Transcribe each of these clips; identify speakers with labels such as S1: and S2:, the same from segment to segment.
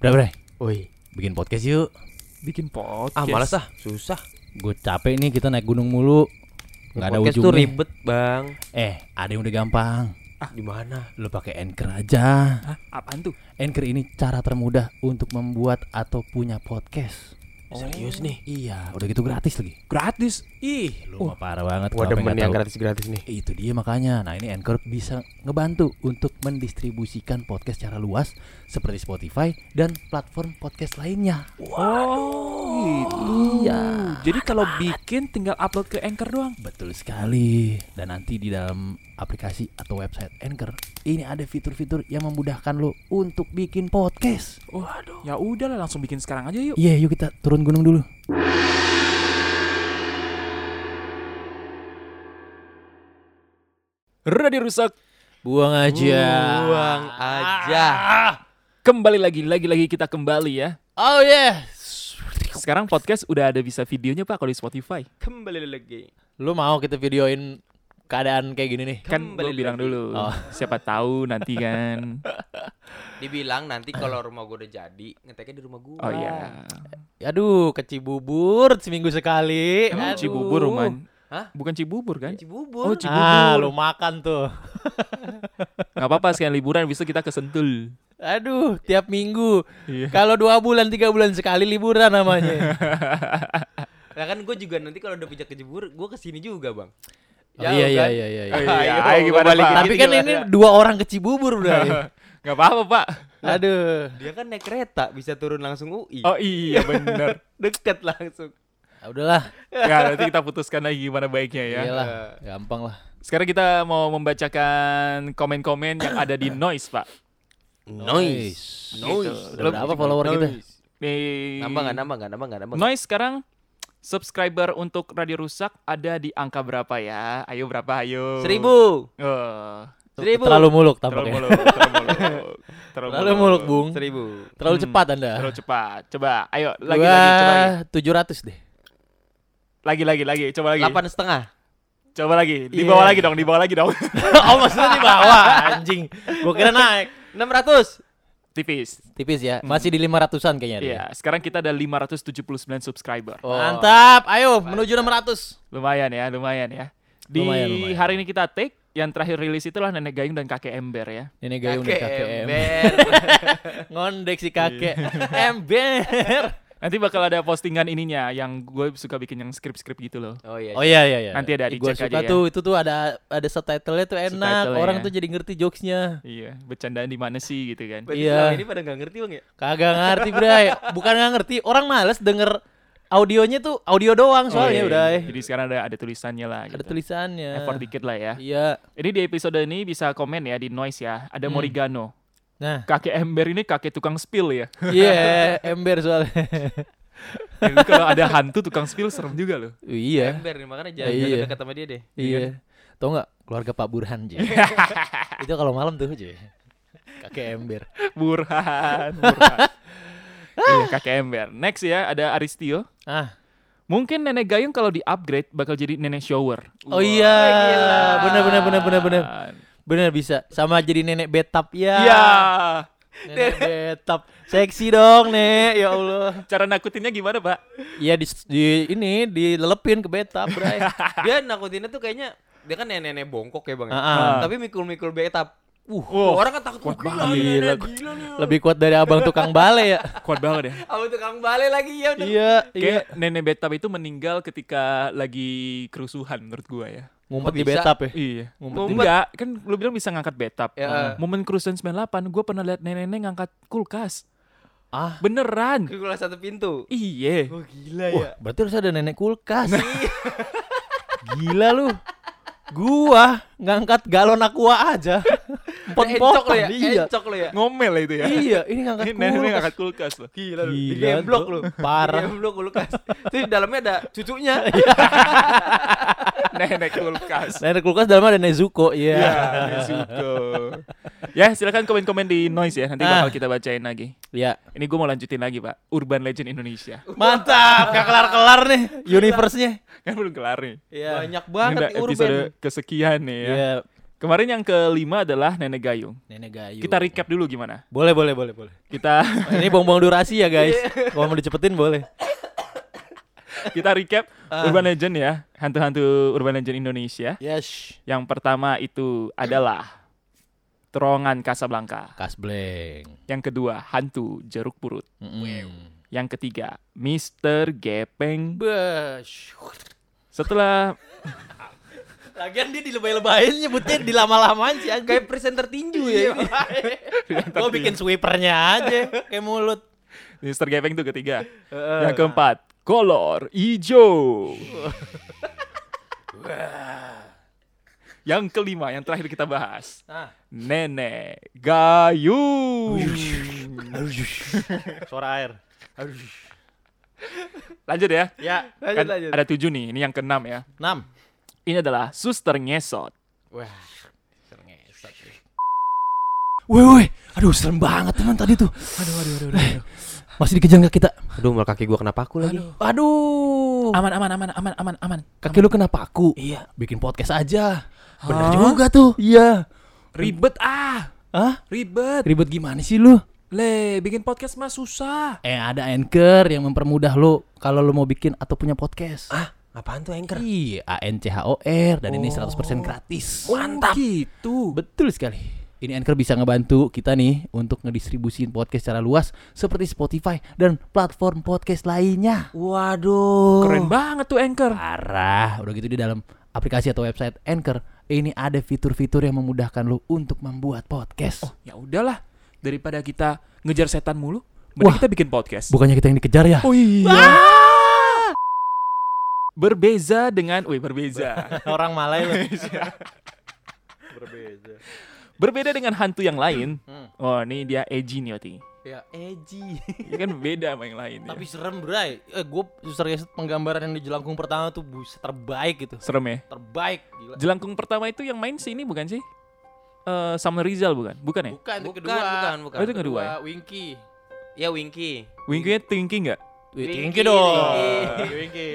S1: Udah bre,
S2: Woi,
S1: bikin podcast yuk
S3: bikin podcast.
S2: ah malas ah, susah.
S1: Gue capek nih kita naik gunung mulu Gak ada
S2: podcast tuh
S1: ujungnya
S2: ribet, Bang.
S1: Eh ada yang udah gampang
S2: Ah. Gimana?
S1: Lo pakai Anchor aja
S3: Hah, apaan tuh?
S1: Anchor ini cara termudah untuk membuat atau punya podcast
S2: Serius nih.
S1: Iya udah gitu gratis lagi
S3: Gratis.
S1: Eh,
S2: Ih,
S1: Lu mah parah banget
S2: gua
S1: kenapa
S2: demen
S1: nggak
S2: yang
S1: tahu.
S2: gratis-gratis nih.
S1: Itu dia makanya. Nah, ini Anchor bisa ngebantu untuk mendistribusikan podcast secara luas seperti Spotify dan platform podcast lainnya.
S3: Oh, gitu.
S1: Iya.
S3: Jadi kalau bikin tinggal upload ke Anchor doang.
S1: Betul sekali. Dan nanti di dalam aplikasi atau website Anchor, ini ada fitur-fitur yang memudahkan lo untuk bikin podcast.
S2: Oh,
S3: Waduh. Ya udahlah langsung bikin sekarang aja yuk.
S1: Iya, yuk kita turun gunung dulu.
S3: Radio rusak.
S1: Buang aja.
S2: Buang aja.
S3: Kembali lagi, lagi-lagi kita kembali ya.
S1: Oh yes.
S3: Sekarang podcast udah ada bisa videonya Pak kalau di Spotify.
S2: Kembali lagi.
S1: Lu mau kita videoin keadaan kayak gini nih?
S3: Kan
S2: Kembali
S3: gue bilang
S2: lagi.
S3: dulu.
S1: Oh.
S3: Siapa tahu nanti kan.
S2: Dibilang nanti kalau rumah gua udah jadi, ngeteknya di rumah gua.
S3: Oh iya.
S4: Aduh, ke Cibubur seminggu sekali.
S3: Emang
S4: Aduh.
S3: Cibubur Roman.
S2: Hah?
S3: Bukan Cibubur kan?
S2: Cibubur.
S3: Oh, Cibubur.
S4: Ah, lu makan tuh.
S3: Gak apa-apa sekalian liburan besok kita ke Sentul.
S4: Aduh, tiap minggu.
S3: Iya.
S4: Kalau dua bulan, tiga bulan sekali liburan namanya.
S2: Nah kan gua juga nanti kalau udah punya ke Cibubur, gua kesini juga, Bang.
S4: Oh, iya, iya,
S2: kan?
S4: iya, iya, iya.
S3: iya,
S2: Ayo,
S3: ayo gimana,
S2: gua balikin
S3: Pak?
S4: Tapi
S2: gitu
S4: kan
S2: gimana?
S4: ini dua orang ke Cibubur udah.
S3: Gak apa-apa Pak.
S4: Aduh.
S2: dia kan naik kereta bisa turun langsung UI.
S3: Oh iya bener.
S2: Deket langsung.
S4: Ah, udahlah.
S3: Ya nanti kita putuskan lagi gimana baiknya ya.
S4: Iyalah, gampang lah.
S3: Sekarang kita mau membacakan komen-komen yang ada di Noise, Pak.
S2: Noise.
S3: Noise.
S4: Gitu. Udah berapa follower kita?
S3: Di
S2: Nambah enggak nambah enggak nambah enggak nambah. nggak?
S3: Noise sekarang subscriber untuk Radio Rusak ada di angka berapa ya? Ayo berapa ayo?
S2: Seribu.
S3: Eh,
S2: Seribu.
S4: Terlalu muluk
S3: terlalu
S4: tampaknya.
S3: muluk, terlalu muluk.
S4: ya? Terlalu muluk, Bung.
S2: Seribu.
S4: Terlalu
S3: Hmm.
S4: cepat Anda.
S3: Terlalu cepat. Coba, ayo lagi
S4: Gua
S3: lagi coba lagi.
S4: 700 deh.
S3: Lagi lagi lagi, coba lagi.
S2: Delapan setengah.
S3: Coba lagi. Di bawah
S4: Iya.
S3: lagi dong, di bawah lagi dong.
S4: oh, maksudnya di bawah, anjing. Gua kira naik.
S2: Enam ratus.
S3: Tipis.
S4: Tipis ya, masih di 500-an kayaknya dia.
S3: Hmm. Iya, sekarang kita ada 579 subscriber.
S4: Oh. Mantap, ayo menuju 600.
S3: Lumayan ya, lumayan ya. Di
S4: Lumayan, lumayan.
S3: hari ini kita take yang terakhir rilis itulah Nenek Gayung dan Kakek Ember ya.
S4: Ini gayung nih kakek ember. Ngondek si kakek
S3: Iya.
S4: ember.
S3: Nanti bakal ada postingan ininya yang gue suka bikin yang skrip-skrip gitu loh.
S2: Oh iya.
S4: Oh iya iya iya.
S3: Nanti ada,
S4: Ih, gua suka
S3: dicek aja ya.
S4: tuh, itu tuh ada ada subtitle-nya tuh enak.
S3: Subtitle-nya. ya.
S4: Orang tuh jadi ngerti jokesnya.
S3: Iya, bercandaan di mana sih gitu kan.
S2: Berarti
S4: iya.
S2: selama ini pada nggak ngerti bang ya?
S4: Kagak ngerti, Bray. Bukan nggak ngerti, orang males denger audionya tuh audio doang soalnya,
S3: Oh, iya.
S4: Bray.
S3: Jadi sekarang ada ada tulisannya lah gitu.
S4: Ada tulisannya.
S3: Effort dikit lah ya.
S4: Iya.
S3: Ini di episode ini bisa komen ya di noise ya. Ada
S4: Hmm.
S3: Morigano.
S4: Nah,
S3: Kakek Ember ini kakek tukang spill ya.
S4: iya ember soalnya.
S3: Jadi kalau ada hantu tukang spill serem juga loh.
S4: iya.
S2: Ember nih makanya jangan
S4: Iya.
S2: jangan dekat sama dia deh.
S4: Iya. Tau nggak keluarga Pak Burhan, Ji? itu kalau malam tuh, Ji. Kakek ember.
S3: Burhan, Burhan. Iya, kakek ember. Next ya, ada Aristio.
S4: Ah.
S3: Mungkin nenek gayung kalau di-upgrade bakal jadi nenek shower.
S4: Oh iya. Bener bener bener bener bener. Bener bisa. Sama jadi nenek betap ya.
S3: Iya.
S4: Nenek betap. Seksi dong, Nek. Ya Allah.
S3: Cara nakutinnya gimana, Pak?
S4: Iya di, di- ini dilelepin ke betap, Bray.
S2: Dia nakutinnya tuh kayaknya dia kan nenek-nenek bongkok ya bang. ya?
S4: Ah, ah.
S2: Tapi mikul-mikul betap. Uh,
S3: Wah,
S2: orang kan takut
S3: kuat
S2: gila,
S3: banget.
S4: Gila.
S2: nenek, gila nih.
S4: Lebih kuat dari abang tukang bale ya.
S3: Kuat banget ya.
S2: Sama tukang balik lagi ya udah.
S4: Iya, iya.
S3: Kayak nenek betap itu meninggal ketika lagi kerusuhan menurut gua ya.
S4: Ngumpet
S2: Oh,
S4: di
S2: bisa.
S4: betap ya.
S3: Iya.
S2: Ngumpet.
S3: Enggak, kan lu bilang bisa ngangkat betap.
S2: Ya.
S3: Momen kerusuhan 98, gua pernah lihat nenek-nenek ngangkat kulkas.
S4: Ah.
S3: Beneran.
S2: Keluar satu pintu.
S3: Iya.
S2: Oh gila ya.
S4: Wah, berarti harus ada nenek kulkas. Gila lu. Gua ngangkat galon aqua aja.
S2: Encok lo
S4: Pot-potan.
S2: ya,
S4: Iya.
S2: encok lo ya.
S3: Ngomel lah itu ya.
S4: Iya, ini ngangkat
S3: Ini nenek
S4: kulkas.
S3: ngangkat kulkas loh.
S2: Gila lu,
S4: Gila,
S2: digemblok
S4: bro.
S2: lu.
S4: Parah.
S2: Digemblok kulkas. Terus di dalamnya ada cucunya.
S3: Iya, nenek kulkas.
S4: Nenek kulkas dalamnya ada Nezuko, iya.
S3: Ya, Nezuko. ya, silakan komen-komen di noise ya. Nanti bakal kita bacain lagi.
S4: Iya.
S3: Ini gue mau lanjutin lagi, Pak. Urban Legend Indonesia.
S4: Mantap, gak kelar-kelar nih universe-nya.
S3: Kan belum kelar nih.
S2: Banyak
S3: Ini
S2: banget
S3: udah
S2: nih urban.
S3: episode kesekian nih ya.
S4: Iya.
S3: Kemarin yang kelima adalah Nenek Gayung.
S4: Nenek Gayu.
S3: Kita recap dulu gimana?
S4: Boleh, boleh, boleh, boleh.
S3: Kita
S4: Ini bongbong durasi ya guys. Kalau mau dicepetin boleh.
S3: kita recap Urban Legend ya, hantu-hantu Urban Legend Indonesia.
S4: Yes.
S3: Yang pertama itu adalah Terongan Casablanca.
S4: Kasbleng.
S3: Yang kedua, hantu jeruk purut.
S4: Mm-mm.
S3: Yang ketiga, Mr. Gepeng.
S4: Besh.
S3: Setelah
S4: Lagian dia dilebay-lebayin nyebutnya dilama-lamain sih aja.
S2: Kayak presenter tinju ya. ini.
S4: Gue bikin sweepernya aja kayak mulut.
S3: Mr. Gepeng itu ketiga. Yang keempat, kolor hijau. yang kelima, yang terakhir kita bahas.
S4: Ah.
S2: Nah,
S3: Nenek Gayung.
S4: Suara air.
S3: Lanjut ya.
S4: Ya,
S3: Kan ada tujuh nih, ini yang keenam ya.
S4: 6.
S3: Ini adalah suster ngesot.
S4: Wah.
S1: Woi, woi, aduh serem banget teman tadi tuh. Aduh, aduh, aduh,
S4: Eh,
S1: aduh. Masih dikejar nggak kita?
S2: Aduh, malah kaki gua kena paku lagi.
S1: Aduh,
S3: Aman, aman, aman, aman, aman, aman.
S1: kaki lu kenapa aku? Iya, bikin podcast aja. Bener juga tuh. Iya.
S3: Ribet ah,
S1: Hah?
S3: ribet.
S1: Ribet gimana sih lu?
S3: Le, bikin podcast mah susah.
S1: Eh ada anchor yang mempermudah lu kalau lu mau bikin atau punya podcast.
S2: Ah, apaan tuh anchor?
S1: Iya, A N C H O R dan
S3: Oh.
S1: ini 100% gratis.
S2: Oh,
S3: Mantap. Gitu.
S1: Betul sekali. Ini Anchor bisa ngebantu kita nih untuk ngedistribusin podcast secara luas seperti Spotify dan platform podcast lainnya.
S2: Waduh.
S3: Keren banget tuh anchor.
S1: Parah, udah gitu di dalam aplikasi atau website Anchor ini ada fitur-fitur yang memudahkan lu untuk membuat podcast.
S3: Oh, ya udahlah. Daripada kita ngejar setan mulu, mending
S1: Wah.
S3: kita bikin podcast.
S1: Bukannya kita yang dikejar ya?
S3: Oh iya. Berbeza dengan, wih berbeza.
S4: Orang Malay lu. Eh,
S3: Berbeda dengan hantu yang lain.
S4: Hmm.
S3: Oh, ini dia Eji nih, Oti.
S4: Ya, edgy.
S3: Ini kan beda sama yang lain. ya.
S4: Tapi serem, Bray. Eh, gue suster geset penggambaran yang di Jelangkung pertama tuh buset terbaik gitu.
S3: serem ya.
S4: Terbaik, gila.
S3: Jelangkung pertama itu yang main si ini bukan sih? Eh, Samuel Rizal bukan? Bukan ya?
S4: Bukan, itu
S2: Bukan,
S4: kedua.
S2: bukan, bukan.
S3: Oh, itu kedua ya?
S4: Winky.
S2: Ya Winky.
S3: Wingky-nya Tinky nggak?
S4: Winky dong.
S2: Winky.
S4: Winky.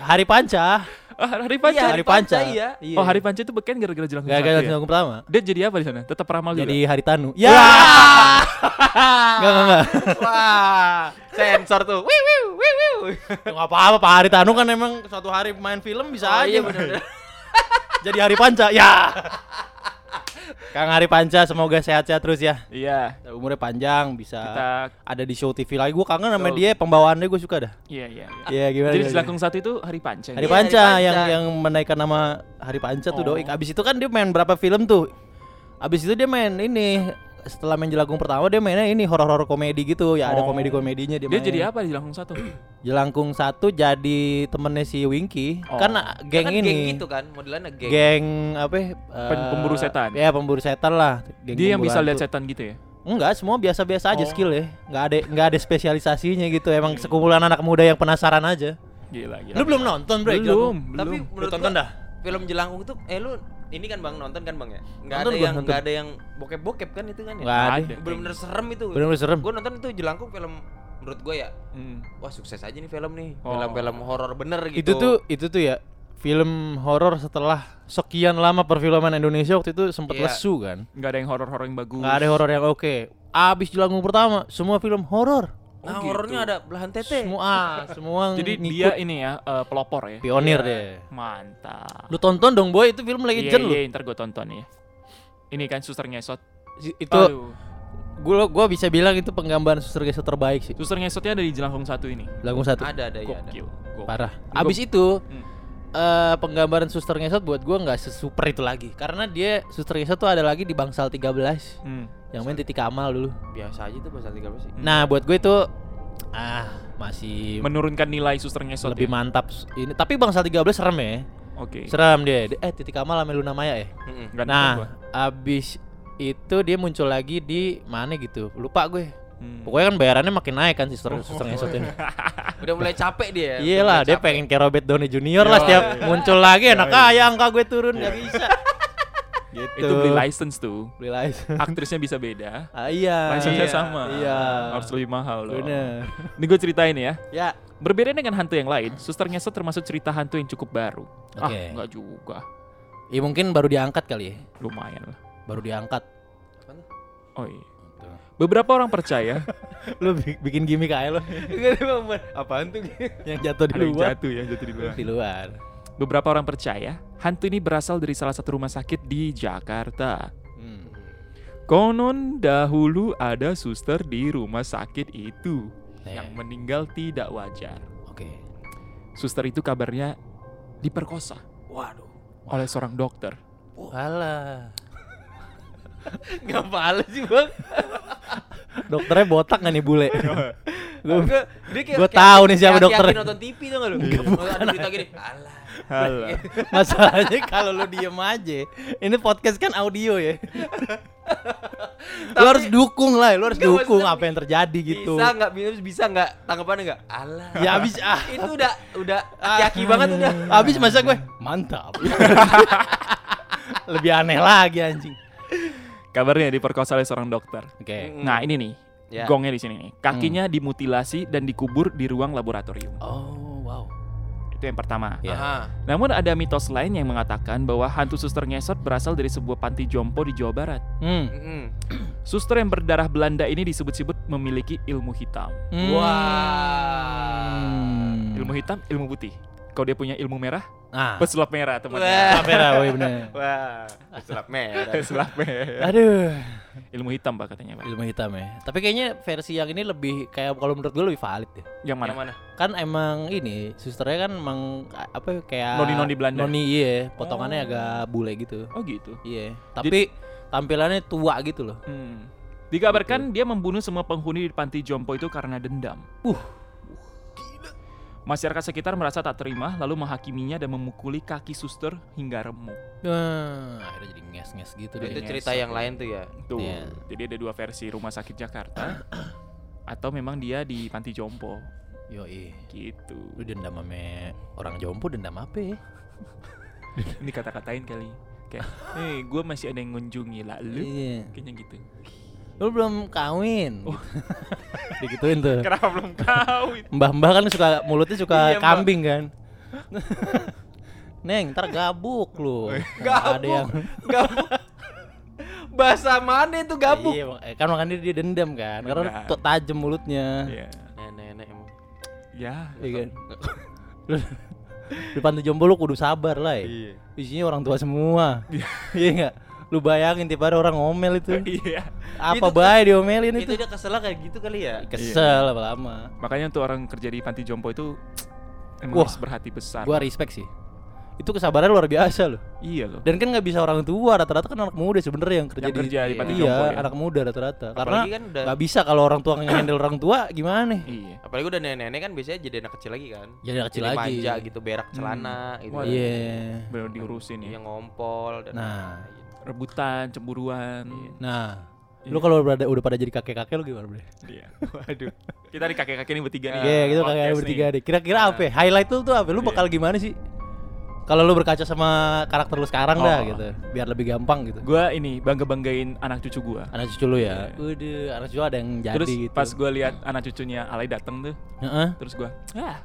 S4: Hari Panca.
S3: Ah, iya. Hari Panca.
S4: Hari Panca.
S2: Iya. iya.
S3: Oh, Hari Panca itu beken gara-gara jelangkung
S4: Gak ada
S3: satu ya?
S4: yang pertama.
S3: Dia jadi apa di sana? Tetap ramal
S4: Jadi
S3: juga?
S4: Hari Tanu.
S3: Iya.
S4: Ya. Enggak, enggak, enggak.
S2: Wah, sensor tuh. Wiu, wiu, wiu, wiu.
S4: Enggak apa-apa, Pak Hari Tanu kan emang suatu hari main film bisa
S2: Oh,
S4: aja.
S2: iya bener-bener.
S4: Jadi Hari Panca. Ya. Kang Hari Panca semoga sehat-sehat terus ya.
S3: Iya.
S4: Umurnya panjang bisa
S3: Kita,
S4: ada di show TV lagi. Gue kangen sama
S3: Betul.
S4: dia, pembawaannya gue suka dah.
S3: iya, iya. iya.
S4: Iya, gimana?
S3: Jadi
S4: gimana?
S3: Jelangkung satu itu Hari Panca.
S4: Hari
S2: Iya, Hari
S4: Panca yang
S2: Panca.
S4: yang menaikkan nama Hari Panca tuh
S3: Oh.
S4: Doik. Abis itu kan dia main berapa film tuh? Abis itu dia main ini setelah main Jelangkung pertama dia mainnya ini horor-horor komedi gitu ya ada
S3: Oh.
S4: komedi-komedinya dia,
S3: Dia
S4: main.
S3: jadi apa di Jelangkung satu?
S4: Jelangkung satu jadi temennya si Winky
S3: Oh.
S4: kan ah, geng
S2: Kan
S4: ini
S2: Geng gitu kan, modelannya geng.
S4: geng apa ya, eh,
S3: Pen- pemburu setan.
S4: ya pemburu setan lah geng
S3: Dia yang
S4: pemburu
S3: bisa
S4: hantu.
S3: lihat setan gitu ya?
S4: enggak semua biasa-biasa aja
S3: Oh.
S4: skill ya nggak ada nggak ada spesialisasinya gitu emang sekumpulan anak muda yang penasaran aja
S3: Gila, gila.
S4: lu belum nonton bro
S3: Ya. belum,
S2: Tapi
S3: belum.
S2: menurut
S4: tonton
S2: gua,
S4: dah?
S2: Film Jelangkung tuh eh lu ini kan Bang nonton kan Bang ya? Enggak
S4: Nonton gua,
S2: ada yang
S4: nonton.
S2: enggak ada yang bokep-bokep kan itu kan ya?
S4: nggak ada
S3: Ada.
S2: Bener-bener serem itu.
S4: bener-bener serem
S2: Gue nonton itu Jelangkung film menurut gue ya
S3: Hmm.
S2: wah sukses aja nih film nih
S3: Oh.
S2: film-film horor bener
S4: itu
S2: gitu
S4: tuh itu tuh ya film horor setelah sekian lama perfilman Indonesia waktu itu sempat
S2: Iya.
S4: lesu kan
S3: Nggak ada yang horor-horor yang bagus.
S4: nggak ada horor yang oke abis jelangkung pertama semua film horor
S2: nah
S3: Oh,
S2: horornya
S3: gitu.
S2: ada belahan tete
S4: semua ah, semua
S3: Jadi
S4: ngikut.
S3: dia ini ya eh, pelopor ya.
S4: pionir
S2: Iya.
S4: deh
S3: Mantap.
S4: lu tonton dong boy itu film
S3: Iya,
S4: legend lu
S3: iya, ntar gue tonton ya. Ini kan suster ngesot.
S4: Si- itu
S3: Aduh.
S4: gua gua bisa bilang itu penggambaran suster gesek terbaik sih
S3: Suster ngesotnya ada di Jelangkung satu ini.
S4: lagu satu
S2: ada ada ya ada
S3: Gokil. Gokil.
S4: Iya, parah
S3: Gua-
S4: abis itu
S3: Hmm.
S4: eh, penggambaran suster ngesot buat gua nggak sesuper itu lagi karena dia suster ngesot tuh ada lagi di bangsal 13
S3: Hmm.
S4: yang main titik kamal dulu
S2: biasa aja tuh pasal 13 sih
S3: Hmm.
S4: nah buat gue itu ah masih
S3: Menurunkan nilai suster ngesot.
S4: lebih
S3: ya?
S4: mantap s- ini tapi bangsal 13 serem ya
S3: Oke.
S4: serem dia Dia- eh titik kamal sama Luna Maya ya
S2: Mm-mm.
S3: Nggak nonton gua.
S4: nah abis itu dia muncul lagi di mana gitu lupa gue
S3: Hmm. Oh,
S4: pokoknya
S3: iya.
S4: kan bayarannya makin naik kan suster suster ngesot ini
S2: udah mulai capek dia
S4: Iya lah, dia pengen kayak Robert Downey Junior lah
S3: Yoi.
S4: setiap muncul lagi enak
S3: Yoi.
S4: aja angka gue turun nggak bisa. gitu.
S3: itu beli license tuh.
S4: Beli license.
S3: Aktrisnya bisa beda.
S4: Ah, iya.
S3: License-nya
S4: Iya.
S3: sama.
S4: Iya.
S3: Harus lebih mahal loh.
S4: Bener.
S3: Ini gue ceritain ya.
S4: Ya.
S3: Berbeda dengan hantu yang lain, Suster Ngesot termasuk cerita hantu yang cukup baru. Ah,
S1: Oke.
S3: enggak juga.
S4: Ya mungkin baru diangkat kali ya.
S3: Lumayan lah.
S4: Baru diangkat.
S3: Oh iya. Beberapa orang percaya
S4: lu bi- bikin gimmick aja lo
S2: Apaan tuh?
S4: yang jatuh di
S3: ada yang
S4: luar.
S3: jatuh ya jatuh di luar.
S4: Di luar.
S3: Beberapa orang percaya hantu ini berasal dari salah satu rumah sakit di Jakarta.
S4: Hmm.
S3: Konon dahulu ada suster di rumah sakit itu
S4: Eh,
S3: yang meninggal tidak wajar.
S4: Oke.
S3: Suster itu kabarnya diperkosa
S2: Waduh.
S3: oleh seorang dokter.
S4: Alah.
S2: Gak pahal sih bang.
S4: Dokternya botak gak nih bule? Lu-
S2: Gua- dia kayak-
S4: gua
S2: kayak-
S4: tahu nih siapa
S2: kayak
S4: dokter.
S2: laki-laki nonton TV tuh nggak lu? Ada berita gini. Alah.
S3: Halo.
S4: Masalahnya kalau lu diem aja. Ini podcast kan audio ya. lu harus dukung lah, lu harus
S2: Enggak,
S4: dukung
S2: maksudnya
S4: apa yang terjadi gitu.
S2: Bisa nggak minus bisa nggak tanggapannya nggak? Alah.
S4: Ya abis ah.
S2: Itu udah udah aki-aki banget udah.
S4: Abis masa gue mantap. Lebih aneh lagi anjing.
S3: Kabarnya diperkosa oleh seorang dokter.
S4: Oke.
S2: Mm.
S3: Nah, ini nih.
S2: Ya. Mm.
S3: Gongnya di sini nih. Kakinya dimutilasi dan dikubur di ruang laboratorium.
S4: Oh, wow.
S3: Itu yang pertama.
S4: Ya.
S2: Aha.
S3: Namun ada mitos lain yang mengatakan bahwa hantu suster ngesot berasal dari sebuah panti jompo di Jawa Barat.
S4: Hmm.
S2: Mm-mm.
S3: Suster yang berdarah Belanda ini disebut-sebut memiliki ilmu hitam.
S4: Hmm.
S2: Wah.
S3: Ilmu hitam, ilmu putih. Kalau dia punya ilmu merah,
S4: Ah.
S3: pesulap merah temannya.
S2: Wah.
S4: Kamera, woi bener.
S2: Wah. Selap merah.
S3: Pesulap merah.
S4: Aduh,
S3: Ilmu hitam pak katanya pak.
S4: ilmu hitam ya. Tapi kayaknya versi yang ini lebih kayak kalau menurut gue lebih valid ya.
S3: Yang mana?
S2: Yang mana?
S4: Kan emang ini susternya kan emang a- apa kayak
S3: Noni-noni Belanda.
S4: Noni iya, potongannya
S3: Oh.
S4: agak bule gitu.
S3: Oh gitu.
S4: Iya, tapi tampilannya tua gitu loh.
S3: Hmm. Dikabarkan dia membunuh semua penghuni di panti jompo itu karena dendam.
S4: Uh.
S3: Masyarakat sekitar merasa tak terima, lalu menghakiminya dan memukuli kaki suster hingga remuk.
S4: Nah, akhirnya jadi nges-nges gitu deh.
S2: Itu cerita yang lain tuh ya.
S3: Tuh.
S4: Iya.
S3: Jadi ada dua versi rumah sakit Jakarta atau memang dia di panti jompo
S4: Yoi. Lu
S3: gitu.
S4: dendam sama orang jompo dendam apa ya?
S3: Ini kata-katain kali. Kayak, "Hei, gue masih ada yang ngunjungi lalu."
S4: Iya.
S3: Kayaknya gitu.
S4: Lu belum kawin. gitu. Digituin tuh.
S3: Kenapa belum kawin?
S4: Mbah-mbah kan suka mulutnya
S2: Iya,
S4: suka
S2: Mbak.
S4: kambing kan. Neng, ntar gabuk lu. Nggak Ada
S2: Gabuk.
S4: yang
S2: Gabuk. Bahasa mana itu gabuk?
S4: Iya, mak- eh, kan makanya dia dendam kan. Karena
S3: Benar.
S4: tuh tajam mulutnya.
S3: Ya.
S2: Nenek-nenek emang.
S3: Ya.
S4: Iya kan. Lu- Di panti jompo lu kudu sabar lah ya.
S2: Iya.
S4: Isinya orang tua semua. Iya enggak? Lu bayangin tiap hari orang ngomel itu.
S3: Iya.
S4: Apa
S2: Itu-
S4: baik diomelin itu.
S2: Itu dia kesel kayak gitu kali ya.
S4: Kesel
S3: Iya.
S4: lama-lama.
S3: Makanya untuk orang kerja di panti jompo itu
S4: Wah.
S3: emang harus berhati besar.
S4: Gua respect sih. Itu kesabaran luar biasa loh.
S3: Iya loh.
S4: Dan kan nggak bisa orang tua rata-rata kan anak muda sebenarnya yang kerja
S3: Yang
S4: di
S3: kerja di panti
S4: Iya,
S3: jompo ya.
S4: anak muda rata-rata. Karena
S2: Apalagi kan udah
S4: nggak bisa kalau orang tua nge-handle orang tua gimana nih?
S3: Iya.
S2: apalagi udah nenek-nenek kan biasanya jadi anak kecil lagi kan.
S4: Jadi anak kecil
S2: Jadi
S4: lagi. Hmm.
S2: manja gitu, berak celana gitu.
S3: Waduh.
S4: Iya.
S3: Belum diurusin ya.
S2: Yang ngompol dan gitu.
S4: Nah.
S2: lain.
S3: Rebutan, cemburuan.
S4: Nah,
S3: Iya.
S4: lu kalau berada- udah pada jadi kakek-kakek lu gimana, Bre?
S3: Iya. Waduh. Kita di kakek-kakek ini bertiga nih.
S4: Iya, gitu
S3: podcast
S4: kakek
S3: nih. Nah. Iya.
S4: bertiga deh. Kira-kira apa? ya? Highlight lu tuh apa? Lu bakal gimana sih? Kalau lu berkaca sama karakter lu sekarang dah
S3: Oh.
S4: gitu, biar lebih gampang gitu.
S3: Gua ini bangga-banggain anak cucu gua.
S4: Anak cucu lu ya. Udah, anak cucu ada yang jadi
S3: Iya. terus
S4: gitu.
S3: pas gua lihat anak cucunya Alay dateng tuh,
S4: Heeh.
S3: terus gua, ah,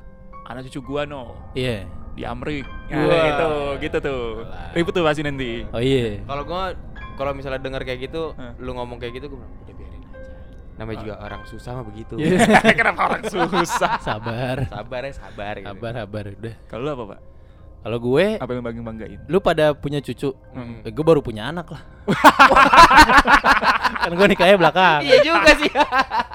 S3: anak cucu gua no
S4: Iya.
S3: di Amrik. Nah,
S2: Wah.
S3: gitu, gitu tuh. Ribut tuh pasti nanti.
S4: Oh iya.
S2: Kalau gua kalau misalnya denger kayak gitu,
S3: Hah.
S2: lu ngomong kayak gitu gua bilang udah biarin aja.
S4: Ah.
S2: Namanya juga orang susah mah begitu.
S4: Iya.
S3: Kenapa orang susah?
S4: Sabar.
S2: Sabar ya, sabar gitu.
S4: Sabar, sabar udah.
S3: Kalau lu apa, Pak?
S4: Kalau gue
S3: Apa yang bangga-banggain?
S4: lu pada punya cucu
S2: Hmm.
S4: Eh, gue baru punya anak lah kan gue nikahnya belakang
S2: Iya juga sih.